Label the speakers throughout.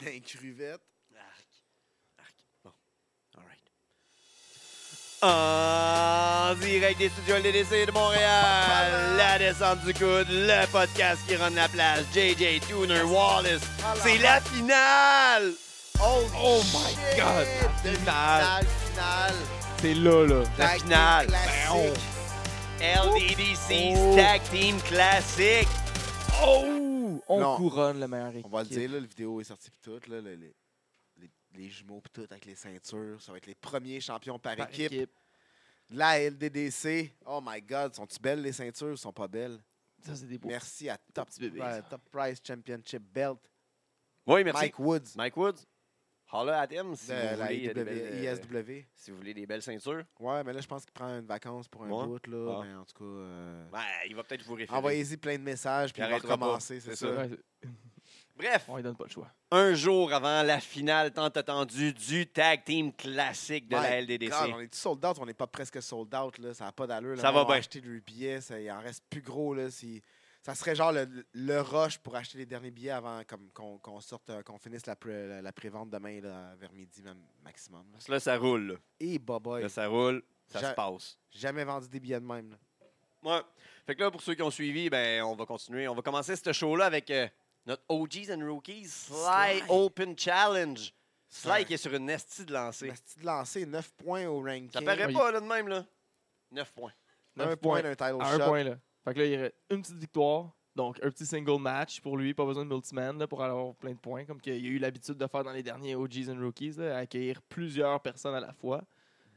Speaker 1: d'un cruvette.
Speaker 2: Arc. Arc. Bon. Alright. En direct des studios LDDC de Montréal, la descente du coude, le podcast qui rend la place, JJ Tuner Wallace. C'est la finale!
Speaker 1: Oh,
Speaker 2: Oh my
Speaker 1: shit!
Speaker 2: God!
Speaker 1: Demi-finale, finale.
Speaker 3: C'est là, là.
Speaker 2: La
Speaker 1: Tag team
Speaker 2: finale.
Speaker 1: classique.
Speaker 2: LDDC's
Speaker 3: Oh.
Speaker 2: Tag Team Classic.
Speaker 3: Oh! On
Speaker 1: Non.
Speaker 3: couronne le meilleur équipe.
Speaker 1: On va le dire, là, la vidéo est sortie pis tout, là, le- le- les, les jumeaux pis tout avec les ceintures. Ça va être les premiers champions par,
Speaker 3: Par
Speaker 1: équipe.
Speaker 3: équipe.
Speaker 1: La LDDC. Oh my God, sont-tu belles les ceintures? Sont pas belles.
Speaker 3: Ça, c'est des beaux.
Speaker 1: Merci à Top,
Speaker 3: petits bébés,
Speaker 1: Pri-
Speaker 3: ça.
Speaker 1: Top Price Championship Belt.
Speaker 2: Oui, merci. Mike,
Speaker 1: Mike Woods
Speaker 2: Woods. Holla à Tim si,
Speaker 1: de
Speaker 2: vous
Speaker 1: la E
Speaker 2: voulez, euh, des
Speaker 1: IW,
Speaker 2: belles, euh,
Speaker 1: ISW.
Speaker 2: si vous voulez des belles ceintures.
Speaker 1: Ouais, mais là, je pense qu'il prend une vacance pour un
Speaker 2: Ouais.
Speaker 1: bout, là.
Speaker 2: Ah.
Speaker 1: Mais en tout cas, euh,
Speaker 2: Ouais, Ben, il va peut-être vous référer.
Speaker 1: envoyez-y plein de messages, puis
Speaker 2: Il
Speaker 1: on va
Speaker 2: arrêtera pas.
Speaker 1: recommencer, c'est
Speaker 2: C'est
Speaker 1: ça.
Speaker 3: Ouais, c'est-
Speaker 2: Bref,
Speaker 3: on lui donne pas le choix.
Speaker 2: un jour avant la finale tant attendue du Tag Team Classique de la
Speaker 1: My
Speaker 2: LDDC.
Speaker 1: God, on est sold out, on n'est pas presque sold out, là. Ça n'a pas d'allure. là.
Speaker 2: Ça
Speaker 1: Le monde
Speaker 2: va bien.
Speaker 1: acheté le billet, ça, il en reste plus gros, là. si- ça serait genre le, le rush pour acheter les derniers billets avant comme, qu'on, qu'on sorte, euh, qu'on finisse la, pré, la, la prévente demain, là, vers midi même, maximum. là.
Speaker 2: Parce que Là, ça roule. là.
Speaker 1: Et boboy,
Speaker 2: Là, ça roule. Ça
Speaker 1: J'a-
Speaker 2: se passe.
Speaker 1: jamais vendu des billets de même, là.
Speaker 2: Ouais. Fait que là, pour ceux qui ont suivi, ben, on va continuer. On va commencer ce show-là avec euh, notre OGs and Rookies Sly,
Speaker 1: Sly.
Speaker 2: Open Challenge.
Speaker 1: Ouais.
Speaker 2: Sly qui est sur une nestie de lancer.
Speaker 1: Mais c'est de lancer 9 points au ranking.
Speaker 2: Ça paraît
Speaker 3: Ouais,
Speaker 2: pas, là, de même, là. 9 points.
Speaker 1: Un
Speaker 3: Neuf
Speaker 1: point
Speaker 3: points.
Speaker 1: d'un title
Speaker 3: À un
Speaker 1: shot.
Speaker 3: point, là. Fait que là, il reste une petite victoire. Donc, un petit single match pour lui. Pas besoin de multiman là, pour avoir plein de points. Comme qu'il a eu l'habitude de faire dans les derniers OGs and Rookies, là, accueillir plusieurs personnes à la fois.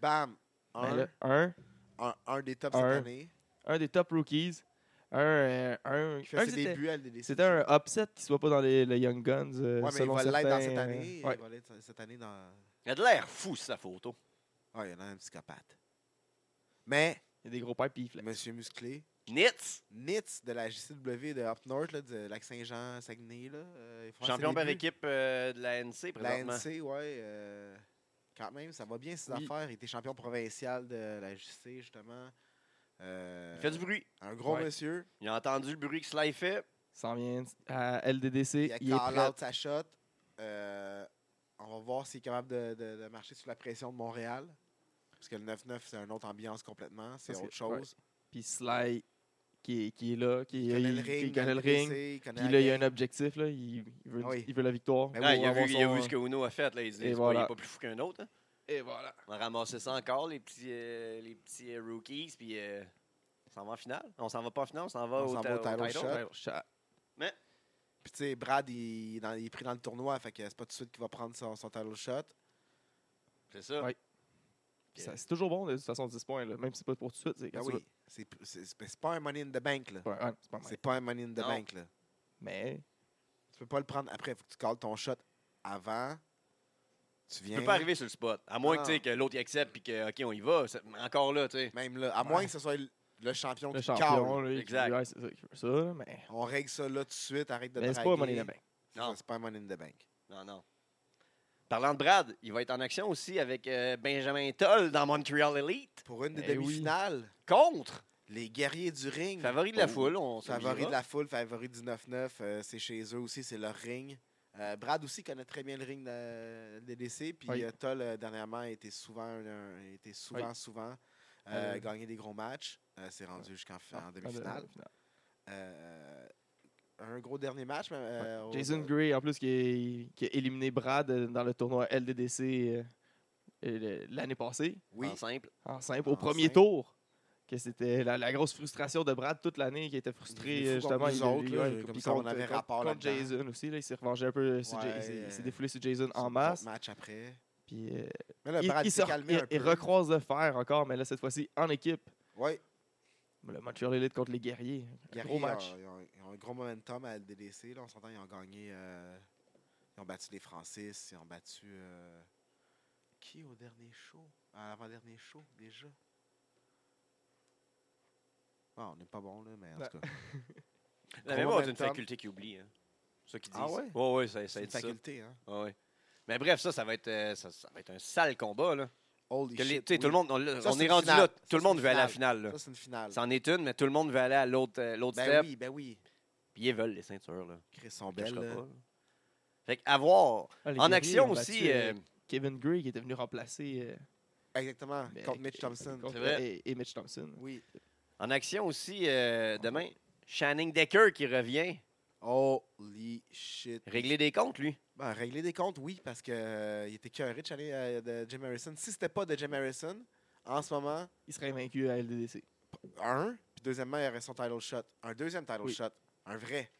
Speaker 1: Bam!
Speaker 3: Ben
Speaker 1: Un,
Speaker 3: là, un,
Speaker 1: un, un des tops
Speaker 3: Un.
Speaker 1: cette année.
Speaker 3: un des top rookies. Un, euh, un,
Speaker 1: Qui fait
Speaker 3: un
Speaker 1: ses
Speaker 3: c'était-
Speaker 1: débuts à LDDC.
Speaker 3: C'était un upset qui soit pas dans les, les Young Guns. euh,
Speaker 1: Ouais, mais il
Speaker 3: selon
Speaker 1: va l'être dans
Speaker 3: certains,
Speaker 1: cette
Speaker 3: euh,
Speaker 1: année.
Speaker 3: ouais.
Speaker 1: Il va l'être cette année dans...
Speaker 2: Il a de l'air fou, sa photo.
Speaker 1: Ah, il a l'air un psychopathe. Mais,
Speaker 3: Il y a des gros pipes puis il flex.
Speaker 1: Monsieur Musclé,
Speaker 2: Nitz,
Speaker 1: Nitz de la JCW de Up North, là, de Lac-Saint-Jean, Saguenay. Là, euh, ils font
Speaker 2: champion
Speaker 1: ses
Speaker 2: par
Speaker 1: débuts.
Speaker 2: équipe euh, de la NC,
Speaker 1: La
Speaker 2: présentement.
Speaker 1: NC, ouais. euh, quand même, ça va bien ses
Speaker 3: Oui.
Speaker 1: affaires. Il était champion provincial de la JC, justement. Euh,
Speaker 2: Il fait du bruit.
Speaker 1: Un gros
Speaker 3: Ouais.
Speaker 1: monsieur.
Speaker 2: Il a entendu le bruit que Sly fait.
Speaker 3: S'en vient à LDDC.
Speaker 1: Il a
Speaker 3: Il est
Speaker 1: call
Speaker 3: prêt.
Speaker 1: out sa shot. Euh, on va voir s'il est capable de, de- de marcher sous la pression de Montréal. Parce que le 9-9, c'est une autre ambiance complètement. C'est
Speaker 3: Parce
Speaker 1: autre
Speaker 3: que- ouais.
Speaker 1: chose.
Speaker 3: Puis Sly qui est, qui est là, qui,
Speaker 1: Il connaît le
Speaker 3: il- qui
Speaker 1: ring.
Speaker 3: connaît le
Speaker 1: LDDC,
Speaker 3: ring.
Speaker 1: il connaît
Speaker 3: Puis
Speaker 1: la
Speaker 3: là, il y a
Speaker 1: game.
Speaker 3: un objectif, là. Il, il veut,
Speaker 1: Ah oui.
Speaker 3: il veut la victoire.
Speaker 1: Ben
Speaker 2: Ah,
Speaker 1: oui,
Speaker 2: il, a
Speaker 3: Pour
Speaker 2: vu, il a
Speaker 3: avoir
Speaker 2: vu
Speaker 3: son-
Speaker 2: ce que Uno a fait. Là. Il se dit,
Speaker 3: Et
Speaker 2: c'est pas- il
Speaker 3: voilà.
Speaker 2: est pas plus fou qu'un autre. hein.
Speaker 3: Et voilà.
Speaker 2: On va ramasser ça encore, les petits, euh, les petits euh, rookies. Puis euh, on s'en va en finale. On s'en va pas en finale, on s'en va,
Speaker 1: On
Speaker 2: au,
Speaker 1: s'en
Speaker 2: ta-
Speaker 1: va au
Speaker 2: au
Speaker 1: title
Speaker 2: title.
Speaker 1: shot.
Speaker 3: Ouais, chat.
Speaker 1: Puis tu sais, Brad, il, est dans- il est pris dans le tournoi, fait que c'est pas tout de suite qu'il va prendre son, son title shot. Ben
Speaker 2: C'est ça.
Speaker 3: Ouais. Ça, C'est toujours bon, de toute façon, 10 points, là. Même si c'est pas pour tout de suite, c'est
Speaker 1: Ben
Speaker 3: quand tu
Speaker 1: oui, c'est c'est- c'est- c'est pas un money in the bank, là.
Speaker 3: veux. Ouais, ouais, c'est pas mal.
Speaker 1: C'est pas un money in the
Speaker 2: Non.
Speaker 1: bank, là.
Speaker 3: Mais
Speaker 1: Tu peux pas le prendre après, faut que tu calls ton shot avant. Tu
Speaker 2: Tu
Speaker 1: viens.
Speaker 2: peux pas arriver sur le spot. À moins
Speaker 1: Ah.
Speaker 2: que, tu sais, que l'autre il accepte puis que, OK, on y va. C'est- Encore là, tu sais.
Speaker 1: Même là, à
Speaker 3: Ouais.
Speaker 1: moins que ce soit le- le champion
Speaker 3: le
Speaker 1: qui call.
Speaker 3: champion, là, il-
Speaker 2: Exact.
Speaker 3: ouais, c'est ça qu'il veut ça, mais.
Speaker 1: On règle ça là tout de suite, arrête de
Speaker 3: mais c'est
Speaker 1: draguer.
Speaker 3: pas Money in the Bank.
Speaker 1: C'est
Speaker 2: Non.
Speaker 1: ça, C'est pas un money in the bank.
Speaker 2: Non, non. Parlant de Brad, il va être en action aussi avec euh, Benjamin Toll dans Montreal Elite.
Speaker 1: Pour une des
Speaker 3: Eh oui.
Speaker 1: demi-finales,
Speaker 2: Contre
Speaker 1: les guerriers du ring.
Speaker 2: Favori de la
Speaker 1: Oh.
Speaker 2: foule, on se
Speaker 1: Favori
Speaker 2: le
Speaker 1: de la foule, favori du 9-9, euh, c'est chez eux aussi, c'est leur ring. Euh, Brad aussi connaît très bien le ring de DDC, puis
Speaker 3: Oui.
Speaker 1: euh, Toll, euh, dernièrement, a été souvent, un- un- a été souvent, souvent euh,
Speaker 3: Euh,
Speaker 1: gagné des gros matchs. Euh, c'est rendu jusqu'en fi- en
Speaker 3: Ah,
Speaker 1: demi-finale. Euh, un gros dernier match. mais, euh, au-
Speaker 3: Jason
Speaker 1: euh,
Speaker 3: Gray, en plus, qui, est- qui a éliminé Brad euh, dans le tournoi LDDC euh, euh, le- l'année passée,
Speaker 1: Oui,
Speaker 2: En simple.
Speaker 3: en simple,
Speaker 1: En
Speaker 3: au premier
Speaker 1: simple.
Speaker 3: tour. Que c'était la, la grosse frustration de Brad toute l'année, qui était
Speaker 1: Il est
Speaker 3: frustré
Speaker 1: fou
Speaker 3: euh, justement.
Speaker 1: contre nous
Speaker 3: il-
Speaker 1: autres,
Speaker 3: il-
Speaker 1: là,
Speaker 3: ouais,
Speaker 1: comme
Speaker 3: puis
Speaker 1: ça, on
Speaker 3: contre-
Speaker 1: avait
Speaker 3: contre-
Speaker 1: rapport
Speaker 3: contre
Speaker 1: là-dedans.
Speaker 3: Jason aussi, là, il s'est revengé un peu. sur Jay-
Speaker 1: Ouais,
Speaker 3: il s'est- il s'est
Speaker 1: euh,
Speaker 3: défoulé sur Jason
Speaker 1: c'est un
Speaker 3: en
Speaker 1: gros
Speaker 3: masse.
Speaker 1: match après.
Speaker 3: Puis, euh,
Speaker 1: Mais là,
Speaker 3: il,
Speaker 1: Brad
Speaker 3: il
Speaker 1: s'est
Speaker 3: sort-
Speaker 1: calmé
Speaker 3: il-
Speaker 1: un
Speaker 3: il
Speaker 1: peu.
Speaker 3: recroise le fer encore, mais là, cette fois-ci, en équipe.
Speaker 1: Oui,
Speaker 3: Le Montreal Elite contre les guerriers. Un
Speaker 1: Guerriers, ah,
Speaker 3: gros match.
Speaker 1: Ils ont, ils ont- ils ont un gros momentum à LDDC. Là, on s'entend, ils ont gagné. euh, ils ont battu les Francis. Ils ont battu. euh, qui au dernier show À l'avant-dernier show, déjà Ah, on n'est pas bon, là, mais en
Speaker 3: Ben,
Speaker 1: tout cas.
Speaker 2: La
Speaker 1: Gros
Speaker 2: mémoire, c'est une
Speaker 1: momentum.
Speaker 2: faculté qui oublie. Hein. C'est ça qu'ils disent.
Speaker 1: Ah ouais?
Speaker 2: Ouais, ouais, ça,
Speaker 1: C'est
Speaker 2: ça a
Speaker 1: une
Speaker 2: été ça.
Speaker 1: faculté, hein.
Speaker 2: Ouais, ouais. Mais bref, ça, ça va être, euh, ça, ça va être un sale combat. Là.
Speaker 1: Holy
Speaker 2: Que les-
Speaker 1: shit,
Speaker 2: tu sais,
Speaker 1: oui.
Speaker 2: Tout le monde, on,
Speaker 1: Ça,
Speaker 2: on
Speaker 1: c'est
Speaker 2: est
Speaker 1: une
Speaker 2: rendu
Speaker 1: finale. Ça,
Speaker 2: là. Tout le
Speaker 1: c'est
Speaker 2: monde
Speaker 1: une
Speaker 2: veut aller à la
Speaker 1: finale.
Speaker 2: finale. Là.
Speaker 1: Ça, c'est une finale.
Speaker 2: C'en est une, mais tout le monde veut aller à l'autre euh, l'autre
Speaker 1: Ben
Speaker 2: step.
Speaker 1: oui, ben oui.
Speaker 2: Puis ils veulent les ceintures. Là.
Speaker 1: Chris sont
Speaker 2: On le
Speaker 1: belles.
Speaker 2: cachera
Speaker 1: là.
Speaker 2: pas, là. Fait à voir.
Speaker 3: Ah, les
Speaker 2: En
Speaker 3: Guerriers
Speaker 2: action
Speaker 3: ont battu,
Speaker 2: aussi, euh,
Speaker 3: euh, Kevin Gray qui était venu remplacer. euh,
Speaker 1: Exactement,
Speaker 3: ben,
Speaker 1: Ah, contre Mitch
Speaker 3: euh,
Speaker 1: Thompson.
Speaker 3: contre-
Speaker 2: C'est vrai.
Speaker 3: Et, et Mitch Thompson.
Speaker 1: Oui.
Speaker 2: en action aussi euh, demain, Shannon Decker qui revient
Speaker 1: Holy shit.
Speaker 2: régler des comptes, lui.
Speaker 1: Ben, régler des comptes, oui, parce qu'il était curé de chaler euh, de Jim Harrison. Si c'était pas de Jim Harrison, en ce moment,
Speaker 3: Il serait vaincu à LDDC.
Speaker 1: un, puis deuxièmement, il aurait son title shot. Un deuxième title
Speaker 3: Oui.
Speaker 1: shot. Un vrai.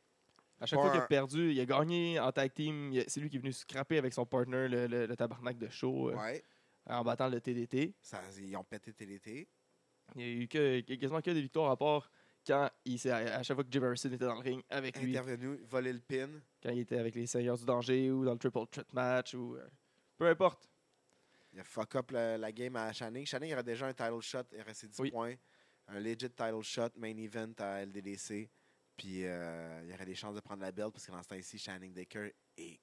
Speaker 3: À chaque
Speaker 1: Pas
Speaker 3: fois qu'il a
Speaker 1: un-
Speaker 3: perdu, il a gagné en tag team. Il a- C'est lui qui est venu scraper avec son partner, le, le- le tabarnak de show, euh,
Speaker 1: Ouais.
Speaker 3: en battant le TDT.
Speaker 1: Ça, ils ont pété TLT.
Speaker 3: Il n'y a eu que, quasiment que des victoires à part quand il s'est- à chaque fois que Jim Harrison était dans le ring avec lui,
Speaker 1: Intervenu, voler le pin.
Speaker 3: quand il était avec les Seigneurs du Danger ou dans le Triple Threat match ou euh, peu importe.
Speaker 1: Il a fuck up le- la game à Channing. Channing, il aurait déjà un title shot, il aurait ses 10
Speaker 3: Oui.
Speaker 1: points. Un legit title shot, main event à LDDC. Puis euh, il aurait des chances de prendre la belle parce que dans ce temps-ci, Channing Decker est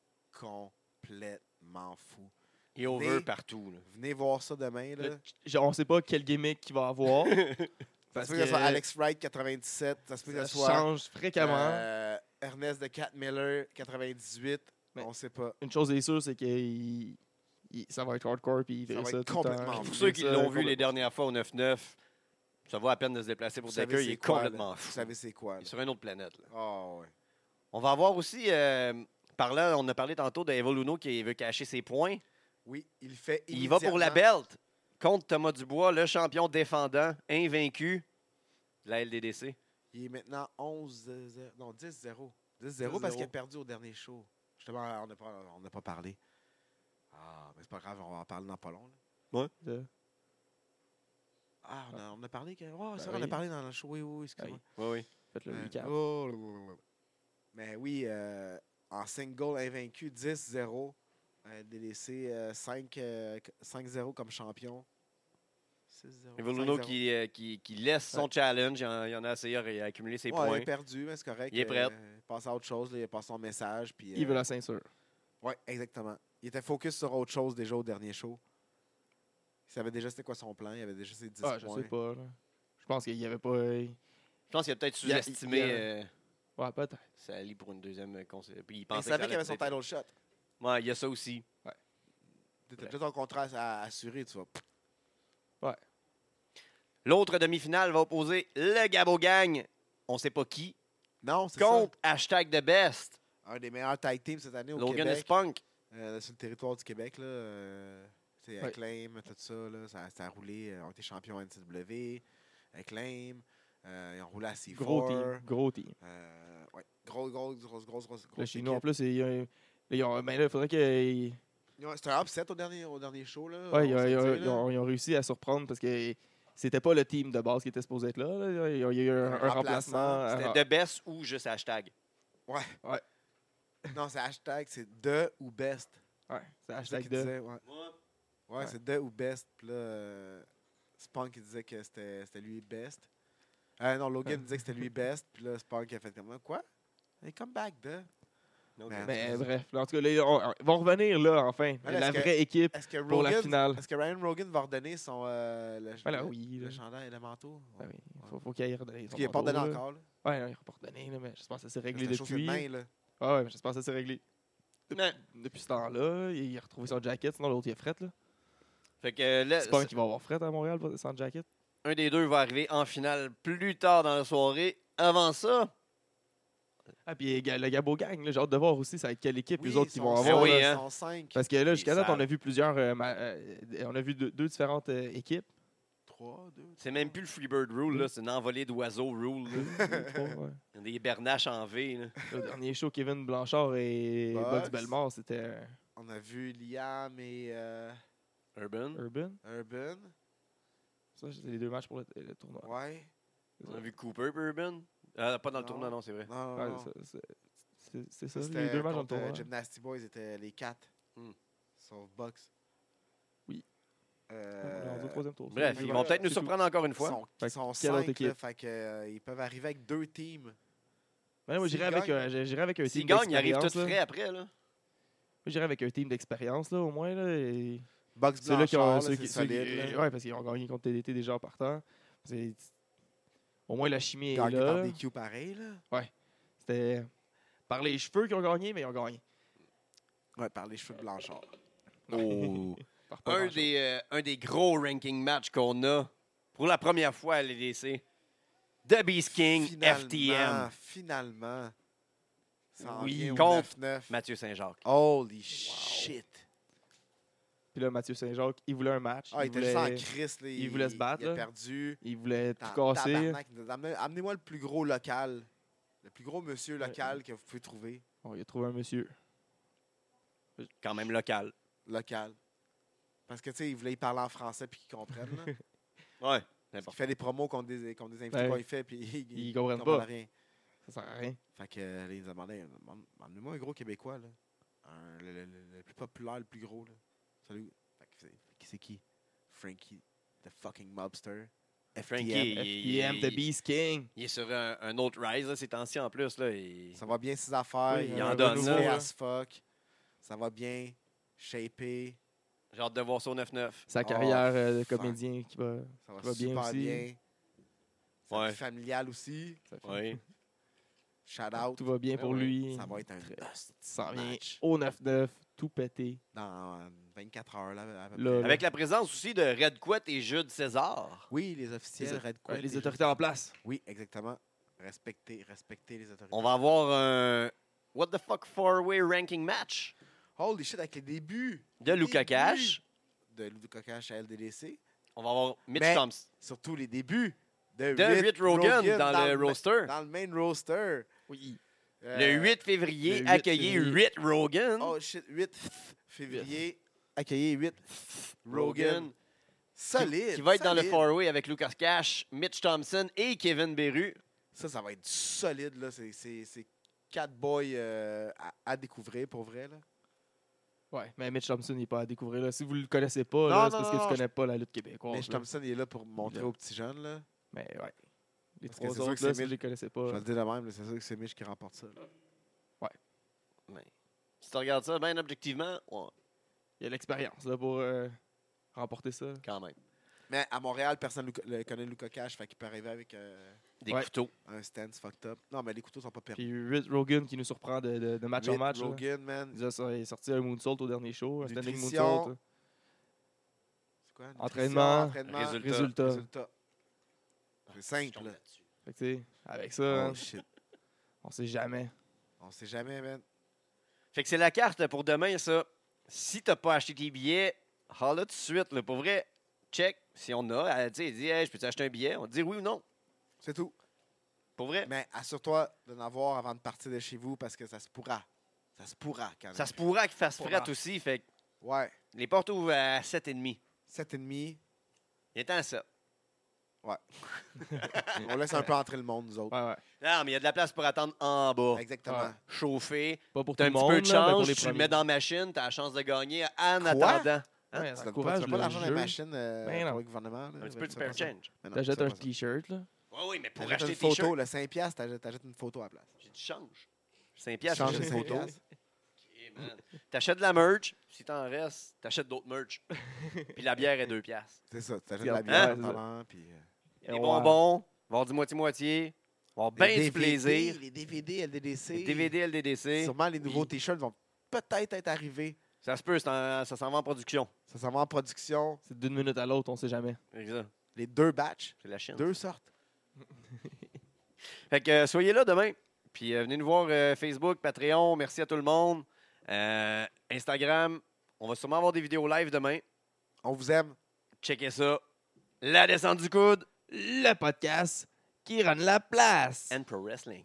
Speaker 1: complètement fou.
Speaker 2: Il est over
Speaker 1: Mais-
Speaker 2: partout.
Speaker 1: Venez voir ça demain. Là.
Speaker 3: Le- genre, on ne sait pas quel gimmick qu'il va avoir.
Speaker 1: Ça
Speaker 3: parce
Speaker 1: se peut que ce soit
Speaker 3: que-
Speaker 1: Alex Wright, 97. Ça se peut que
Speaker 3: ça
Speaker 1: ce soit
Speaker 3: change fréquemment.
Speaker 1: euh, Ernest de Cat Miller, 98.
Speaker 3: Mais-
Speaker 1: On sait pas.
Speaker 3: Une chose est sûre, c'est que il- il- ça va être hardcore puis il
Speaker 1: Ça
Speaker 3: fait
Speaker 1: va
Speaker 3: ça
Speaker 1: être
Speaker 3: tout le temps.
Speaker 1: complètement
Speaker 2: Pour
Speaker 1: fou.
Speaker 2: ceux qui
Speaker 3: Ça,
Speaker 2: l'ont vu les
Speaker 3: complètement.
Speaker 2: dernières fois au 9-9, ça vaut à peine de se déplacer pour
Speaker 1: Vous savez
Speaker 2: Decker. Il
Speaker 1: c'est
Speaker 2: est
Speaker 1: quoi, là.
Speaker 2: complètement
Speaker 1: Vous
Speaker 2: fou.
Speaker 1: savez c'est quoi?
Speaker 2: Il est
Speaker 1: là.
Speaker 2: sur une autre planète. là.
Speaker 1: Ah ouais.
Speaker 2: On va avoir aussi, euh, parlant, on a parlé tantôt de Evo Luno qui veut cacher ses points.
Speaker 1: Oui, il le fait
Speaker 2: Il va pour la
Speaker 1: immédiatement.
Speaker 2: belt contre Thomas Dubois, le champion défendant, invaincu de la LDDC.
Speaker 1: Il est maintenant 11 0 non 10-0. 10-0 parce
Speaker 3: 10-0.
Speaker 1: qu'il a perdu au dernier show. Justement, on n'a pas, on n'a pas parlé. Ah, mais c'est pas grave, on va en parler dans pas long. là.
Speaker 3: Euh,
Speaker 1: Ah, on a, on a parlé. Que... Oh, c'est vrai,
Speaker 3: Ben
Speaker 1: on a
Speaker 3: oui.
Speaker 1: parlé dans le show. Oui, oui, oui, excuse-moi.
Speaker 2: Oui, oui.
Speaker 3: Faites le
Speaker 1: Euh,
Speaker 3: recap.
Speaker 1: oh, blablabla. mais oui, euh, en single invaincu, 10-0. Euh, DDC euh, 5, euh, 5-0 comme champion. 6-0.
Speaker 2: Evo Luno
Speaker 1: 5-0.
Speaker 2: qui, euh, qui, qui laisse son challenge. Il en, il en a essayé à accumuler ses
Speaker 1: Ouais,
Speaker 2: points.
Speaker 1: il a perdu, mais c'est correct.
Speaker 2: Il est prêt.
Speaker 1: euh, il passe à autre chose, là, il passe son message. Puis,
Speaker 3: Il
Speaker 1: euh,
Speaker 3: veut la ceinture.
Speaker 1: Oui, exactement. Il était focus sur autre chose déjà au dernier show. Il savait déjà c'était quoi son plan, il avait déjà ses 10
Speaker 3: Ah, je
Speaker 1: points.
Speaker 3: sais pas. là. Je pense qu'il n'y avait pas. euh,
Speaker 2: Je pense qu'il a peut-être
Speaker 3: Il y a-
Speaker 2: sous-estimé
Speaker 3: il y a-
Speaker 2: euh,
Speaker 3: Ouais, peut-être.
Speaker 2: Sally pour une deuxième euh, conseil. Puis il
Speaker 1: Mais il
Speaker 2: pensait
Speaker 1: savait qu'il
Speaker 2: que ça allait
Speaker 1: avait son
Speaker 2: peut-être-
Speaker 1: title shot.
Speaker 2: Ouais, il y a ça aussi.
Speaker 1: T'as déjà ton contrat à, à assurer, tu vois.
Speaker 2: L'autre demi-finale va opposer le Gabo Gang, on sait pas qui,
Speaker 1: Non, c'est ça.
Speaker 2: contre hashtag the best,
Speaker 1: Un des meilleurs tag teams cette année au
Speaker 2: Logan et
Speaker 1: Québec.
Speaker 2: Spunk.
Speaker 1: euh, sur le territoire du Québec, là. euh, c'est
Speaker 3: Ouais.
Speaker 1: Acclaim, tout ça, là. Ça, ça a roulé. euh, Ils ont été champions NCW, Acclaim. euh, ils ont roulé à C4.
Speaker 3: Gros team. Gros team.
Speaker 1: euh, ouais. Grosse, grosse, grosse, grosse, grosse,
Speaker 3: Là,
Speaker 1: grosse
Speaker 3: chez nous, en
Speaker 1: équipe.
Speaker 3: plus, il y a un. Ils ont, ben là, il faudrait qu'ils
Speaker 1: Ils ont- C'était un upset au dernier, au dernier show, là.
Speaker 3: ouais, ils
Speaker 1: Ah, on va
Speaker 3: ont,
Speaker 1: se
Speaker 3: ils
Speaker 1: le
Speaker 3: ont-
Speaker 1: dire,
Speaker 3: ils
Speaker 1: là.
Speaker 3: ont- ils ont réussi à surprendre parce que c'était pas le team de base qui était supposé être là. là. Il y a eu un,
Speaker 1: Un
Speaker 3: un
Speaker 1: remplaçant.
Speaker 3: remplacement.
Speaker 2: C'était
Speaker 3: Ah,
Speaker 2: the best ou juste hashtag.
Speaker 1: Non, c'est hashtag, c'est de ou best.
Speaker 3: ouais, c'est
Speaker 1: C'est ça
Speaker 3: hashtag
Speaker 1: qu'il
Speaker 3: de.
Speaker 1: disait, ouais. Ouais,
Speaker 3: Ouais.
Speaker 1: c'est de ou best. Puis là, euh, Spunk, il disait que c'était c'était lui best. Euh, non, Logan disait que c'était lui best. Puis là, Spunk, il a fait comme quoi? Hey, come back, de.
Speaker 2: Donc,
Speaker 1: Ben,
Speaker 2: euh,
Speaker 3: Mais bref, là, en tout cas, là, on- ils vont revenir là, enfin.
Speaker 1: Ouais,
Speaker 3: la
Speaker 1: est-ce que-
Speaker 3: vraie équipe
Speaker 1: Est-ce que
Speaker 3: pour la
Speaker 1: Rogan.
Speaker 3: finale.
Speaker 1: Est-ce que Ryan Rogan va redonner son. euh, le,
Speaker 3: Voilà,
Speaker 1: le-
Speaker 3: oui.
Speaker 1: le
Speaker 3: Ah, Là.
Speaker 1: chandail et le manteau?
Speaker 3: Ah oui, faut, faut qu'il aille redonner. son
Speaker 1: Parce qu'il n'est pas
Speaker 3: manteau,
Speaker 1: redonné
Speaker 3: là.
Speaker 1: encore. Là.
Speaker 3: Ouais, non, il n'a pas redonné, là, mais je pense que ça s'est réglé
Speaker 1: C'était chaud sur
Speaker 3: depuis.
Speaker 1: les mains, là.
Speaker 3: Ah ouais, mais je pense que ça s'est réglé.
Speaker 2: non.
Speaker 3: Depuis ce temps-là, il a retrouvé son jacket, sinon l'autre il a fret. là.
Speaker 2: Euh, Fait que là,
Speaker 3: C'est pas un qui va avoir fret à Montréal pas- sans jacket.
Speaker 2: un des deux va arriver en finale plus tard dans la soirée. Avant ça,
Speaker 3: Ah, puis ga- le Gabo Gang, là, j'ai hâte de voir aussi ça va être quelle équipe les
Speaker 1: Oui,
Speaker 3: autres
Speaker 1: ils
Speaker 3: qui
Speaker 1: sont
Speaker 3: vont
Speaker 1: cinq,
Speaker 3: avoir.
Speaker 2: oui,
Speaker 3: là.
Speaker 1: ils
Speaker 2: hein.
Speaker 1: sont cinq,
Speaker 3: Parce que là, jusqu'à
Speaker 2: Ils
Speaker 3: date, on a
Speaker 2: savent.
Speaker 3: vu plusieurs. euh, ma- euh, on a vu deux, deux différentes euh, équipes.
Speaker 1: trois, deux,
Speaker 2: c'est même plus le Freebird Rule, là, c'est une envolée d'oiseaux rule. là.
Speaker 3: Deux, trois, ouais.
Speaker 2: Il y a Des bernaches en V. là.
Speaker 3: Le dernier show, Kevin Blanchard et
Speaker 1: Box.
Speaker 3: Bugs Belmore, c'était euh,
Speaker 1: On a vu Liam et euh,
Speaker 2: Urban.
Speaker 3: Urban.
Speaker 1: Urban.
Speaker 3: Ça, c'était les deux matchs pour le, le tournoi.
Speaker 1: Ouais.
Speaker 2: On a vu Cooper et Urban. Ah, pas dans le
Speaker 1: Non.
Speaker 2: tournoi, non, c'est vrai.
Speaker 1: Non,
Speaker 3: Ouais,
Speaker 1: non, non.
Speaker 3: ça, c'est- c'est- C'est
Speaker 1: Ça,
Speaker 3: ça, les
Speaker 1: c'était
Speaker 3: deux matchs dans le
Speaker 1: contre, euh,
Speaker 3: tournoi.
Speaker 1: Gymnasty Boys étaient les quatre.
Speaker 2: Hmm.
Speaker 1: Sauf Box.
Speaker 3: Oui.
Speaker 1: Euh,
Speaker 3: Rendu au troisième tour.
Speaker 2: Bref,
Speaker 3: C'est
Speaker 2: ils
Speaker 3: deux
Speaker 2: vont
Speaker 3: matchs,
Speaker 2: peut-être nous
Speaker 3: c'est tout.
Speaker 2: surprendre encore une
Speaker 1: ils
Speaker 2: fois.
Speaker 1: sont,
Speaker 3: Fait
Speaker 1: ils sont
Speaker 3: que quelle autre
Speaker 1: cinq, là,
Speaker 3: équipe?
Speaker 1: fait que, euh, ils peuvent arriver avec deux teams.
Speaker 3: Ouais, moi,
Speaker 1: S'ils
Speaker 3: Ben j'irai avec,
Speaker 1: gagnent-
Speaker 3: un- j'irai avec un
Speaker 2: S'ils
Speaker 3: team
Speaker 2: gagnent, ils arrivent
Speaker 3: d'expérience.
Speaker 2: tout
Speaker 3: là.
Speaker 2: frais après. Là.
Speaker 3: Moi, j'irais avec un team d'expérience, là, au moins. Là, et-
Speaker 1: Box
Speaker 3: Ceux-là qui ont.
Speaker 1: Blanchard,
Speaker 3: ceux
Speaker 1: là,
Speaker 3: qui-
Speaker 1: c'est
Speaker 3: ceux qui-
Speaker 1: solide. là.
Speaker 3: ouais, parce qu'ils ont gagné contre TDT déjà en partant. C'est- Au moins, la chimie est
Speaker 1: Gagné par
Speaker 3: là.
Speaker 1: des Q pareil, là.
Speaker 3: C'était par les cheveux qu'ils ont gagné, mais ils ont gagné.
Speaker 1: Ouais, par les cheveux de Blanchard.
Speaker 2: Oh.
Speaker 3: Par pas
Speaker 2: un,
Speaker 3: grand-chose.
Speaker 2: des, euh, un des gros ranking matchs qu'on a pour la première fois à l'EDC. The Beast King,
Speaker 1: Finalement,
Speaker 2: FTM,
Speaker 1: Finalement. Ça en
Speaker 2: Oui.
Speaker 1: vient au
Speaker 2: Contre-
Speaker 1: 9-9.
Speaker 2: Mathieu Saint-Jacques.
Speaker 1: Holy shit.
Speaker 3: Puis là, Mathieu Saint-Jacques, il voulait un match.
Speaker 1: Ah, il
Speaker 3: il,
Speaker 1: était juste en
Speaker 3: voulait,
Speaker 1: crise. là.
Speaker 3: il voulait se battre,
Speaker 1: Il a
Speaker 3: là.
Speaker 1: perdu.
Speaker 3: il voulait tout casser.
Speaker 1: Tabarnak, amenez- Amenez-moi le plus gros local. Le plus gros monsieur local que vous pouvez trouver.
Speaker 3: Bon, il a trouvé un monsieur.
Speaker 2: Quand même local.
Speaker 1: Local. Parce que, tu sais, il voulait y parler en français puis qu'ils comprennent. là.
Speaker 2: Ouais.
Speaker 1: il fait des promos contre des, contre des invités
Speaker 3: Ouais.
Speaker 1: qu'on y fait puis ils
Speaker 3: Ils comprennent
Speaker 1: comprennent
Speaker 3: pas.
Speaker 1: rien.
Speaker 3: Ça sert à rien.
Speaker 1: Fait que, euh, là, ils nous ont demandé, amenez-moi un gros Québécois, là. Un- le, le- le- le plus populaire, le plus gros, là. Salut. Fait que c'est- qui c'est qui? Frankie, the fucking mobster.
Speaker 2: Frankie,
Speaker 1: FTM.
Speaker 2: il,
Speaker 3: FTM, The
Speaker 2: il-
Speaker 3: Beast King.
Speaker 2: il est sur un, un autre rise là, ces temps-ci en plus. Là, il-
Speaker 1: Ça va bien ses affaires.
Speaker 3: Oui,
Speaker 1: il
Speaker 2: il en
Speaker 1: est
Speaker 2: donne,
Speaker 1: motivé
Speaker 2: là,
Speaker 1: as
Speaker 3: là.
Speaker 1: fuck. Ça va bien. Shapé.
Speaker 2: J'ai hâte de voir son 9-9.
Speaker 3: Sa
Speaker 1: Oh,
Speaker 3: carrière euh, de
Speaker 1: fuck.
Speaker 3: comédien qui va.
Speaker 1: Ça va,
Speaker 3: Ça va bien
Speaker 1: super bien.
Speaker 3: aussi.
Speaker 1: Sa
Speaker 2: Ouais.
Speaker 1: vie familiale aussi.
Speaker 3: ça fait-
Speaker 2: Oui.
Speaker 1: Shout out.
Speaker 3: Ah, Tout va bien pour
Speaker 2: Ouais, ouais.
Speaker 3: lui.
Speaker 1: Ça va être un
Speaker 3: Très-
Speaker 1: bust
Speaker 3: Il s'en vient
Speaker 1: match.
Speaker 3: au 9-9, tout pété.
Speaker 1: dans euh, 24 heures. Là, à peu
Speaker 3: Là,
Speaker 1: près.
Speaker 3: là.
Speaker 2: Avec la présence aussi de Red Quet et Jude César.
Speaker 1: Oui, les officiels,
Speaker 3: Les-
Speaker 1: Red
Speaker 3: Ouais,
Speaker 1: Quit,
Speaker 3: les
Speaker 1: les-
Speaker 3: autorités en place.
Speaker 1: Oui, exactement. Respectez, respectez les autorités.
Speaker 2: On va avoir un What the fuck four-way ranking match
Speaker 1: Holy shit, avec les débuts
Speaker 2: de Luca
Speaker 1: Début.
Speaker 2: Cash.
Speaker 1: de Lou Cocache à LDDC.
Speaker 2: On va avoir Mitch
Speaker 1: Mais-
Speaker 2: Thompson.
Speaker 1: Surtout les débuts de,
Speaker 2: De Ritt Rogan, dans, le
Speaker 1: ma-
Speaker 2: roster.
Speaker 1: Dans le main roster.
Speaker 3: Oui.
Speaker 1: Euh,
Speaker 2: Le 8 février,
Speaker 3: le 8
Speaker 2: accueillir
Speaker 3: février.
Speaker 2: Ritt Rogan.
Speaker 1: Oh shit, 8 février. Accueilli 8 Rogan. Solide.
Speaker 2: Qui va être dans le
Speaker 1: solide.
Speaker 2: four-way avec Lucas Cash, Mitch Thompson et Kevin Beru.
Speaker 1: Ça, ça va être solide, là. C'est- C'est c'est quatre boys euh, à, à découvrir pour vrai, là.
Speaker 3: Ouais, mais Mitch Thompson n'est pas à découvrir. Là. Si vous le connaissez pas,
Speaker 1: Non,
Speaker 3: là, c'est
Speaker 1: non,
Speaker 3: parce
Speaker 1: non,
Speaker 3: que
Speaker 1: non,
Speaker 3: tu connais pas la lutte québécoise.
Speaker 1: Mais
Speaker 3: là.
Speaker 1: Thompson, il est là pour montrer
Speaker 3: Là.
Speaker 1: aux petits jeunes, là.
Speaker 3: Mais ouais. Les
Speaker 1: Parce que
Speaker 3: trois
Speaker 1: c'est sûr que
Speaker 3: autres,
Speaker 1: c'est
Speaker 3: là, si
Speaker 1: Mitch-
Speaker 3: je les connaissais
Speaker 1: Je vais
Speaker 3: pas.
Speaker 1: le dire de même, là, c'est sûr que c'est Mitch qui remporte ça. là.
Speaker 2: Ben, Si tu regardes ça, bien objectivement, ouais,
Speaker 3: Il y a l'expérience là, pour euh, remporter ça.
Speaker 2: quand même.
Speaker 1: Mais à Montréal, personne ne le connaît Luca Cash, fait qu'il peut arriver avec euh,
Speaker 2: Des
Speaker 3: Ouais.
Speaker 2: couteaux.
Speaker 1: un stance fucked up. Non, mais les couteaux sont pas perdus.
Speaker 3: Puis Rick Rogan qui nous surprend de, de- de match en
Speaker 1: Mitt
Speaker 3: match. là.
Speaker 1: Rogan, man.
Speaker 3: Il a sorti- il est sorti un moonsault au dernier show, un standing
Speaker 1: Nutrition,
Speaker 3: moonsault. euh,
Speaker 1: C'est quoi? Nutrition,
Speaker 3: Entraînement,
Speaker 1: entraînement,
Speaker 2: résultat.
Speaker 3: Résultat.
Speaker 1: résultat. C'est
Speaker 2: Je
Speaker 1: simple.
Speaker 2: tombe
Speaker 1: là.
Speaker 2: là-dessus.
Speaker 3: Fait que, tu sais, avec ça, hein,
Speaker 1: Oh shit.
Speaker 3: on sait jamais.
Speaker 1: On sait jamais, man.
Speaker 2: Fait que c'est la carte pour demain, ça. Si t'as pas acheté tes billets, holla tout de suite. Là. Pour vrai, check. Si on a, elle dit, elle dit Hey, je peux t'acheter un billet? On te dit oui ou non.
Speaker 1: C'est tout.
Speaker 2: Pour vrai,
Speaker 1: Mais assure-toi de n'en avoir avant de partir de chez vous parce que ça se pourra. Ça se pourra quand même.
Speaker 2: ça se pourra qu'il fasse
Speaker 3: Pourra.
Speaker 2: fret aussi. Fait que
Speaker 1: Ouais.
Speaker 2: les portes ouvrent à 7h30.
Speaker 1: 7,5.
Speaker 2: Il est temps à ça.
Speaker 1: On laisse un peu entrer le monde, nous autres.
Speaker 3: Ouais, ouais.
Speaker 2: Non, mais il y a de la place pour attendre en bas.
Speaker 1: Exactement.
Speaker 3: Ouais.
Speaker 2: Chauffer.
Speaker 3: Pas pour tout
Speaker 2: T'as
Speaker 3: le
Speaker 2: un petit
Speaker 3: monde,
Speaker 2: peu de
Speaker 3: là, mais pour
Speaker 2: chance,
Speaker 3: les
Speaker 2: tu le
Speaker 3: premiers.
Speaker 2: mets dans la machine, t'as la chance de gagner en
Speaker 1: Quoi?
Speaker 2: attendant.
Speaker 3: Ouais,
Speaker 1: Tu
Speaker 3: ça
Speaker 1: donnes pas-
Speaker 3: encourage
Speaker 1: tu donnes pas
Speaker 3: le
Speaker 1: l'argent dans les
Speaker 3: jeu.
Speaker 1: machines euh,
Speaker 3: Ben
Speaker 1: pour
Speaker 3: non.
Speaker 1: le gouvernement. là.
Speaker 2: Un petit peu de
Speaker 1: C'est pas
Speaker 2: spare
Speaker 1: ça.
Speaker 2: change.
Speaker 1: Mais non,
Speaker 3: T'achètes
Speaker 1: c'est
Speaker 3: un
Speaker 1: pas ça.
Speaker 3: t-shirt, là.
Speaker 2: Oui, oui, mais pour
Speaker 1: T'achètes
Speaker 2: acheter
Speaker 1: une
Speaker 2: tes
Speaker 1: photo,
Speaker 2: shirts,
Speaker 1: le 5$, piastres, t'achètes t'achètes une photo à la place.
Speaker 2: j'ai du change. 5
Speaker 1: Tu
Speaker 2: piastres.
Speaker 1: changes
Speaker 2: j'ai
Speaker 1: les
Speaker 2: du
Speaker 1: photos.
Speaker 2: change. Ok, man. T'achètes de la merch, si t'en restes, t'achètes d'autres merch. Puis la bière est 2 piastres.
Speaker 1: C'est ça, t'achètes de la
Speaker 3: Regarde,
Speaker 1: bière
Speaker 3: hein?
Speaker 1: pendant, puis... euh,
Speaker 2: Il y a
Speaker 3: Et
Speaker 2: des
Speaker 3: on
Speaker 2: bonbons, on va avoir du moitié-moitié, on va avoir
Speaker 1: les
Speaker 2: bien du
Speaker 1: DVD,
Speaker 2: plaisir.
Speaker 1: Les DVD, LDDC.
Speaker 2: Les DVD, LDDC,
Speaker 1: Sûrement, les nouveaux t-shirts vont peut-être être arrivés.
Speaker 2: ça se peut, c'est en- ça s'en va en production.
Speaker 1: Ça s'en va en production.
Speaker 3: C'est d'une minute à l'autre, on sait jamais.
Speaker 2: Exact.
Speaker 1: Les deux batchs,
Speaker 2: C'est la Chine.
Speaker 1: deux sortes.
Speaker 2: Fait que euh, soyez là demain. Puis euh, venez nous voir euh, Facebook, Patreon. Merci à tout le monde. Euh, Instagram. On va sûrement avoir des vidéos live demain.
Speaker 1: On vous aime.
Speaker 2: Checkez ça. La descente du coude
Speaker 3: Le podcast qui rend la place.
Speaker 2: and pro wrestling.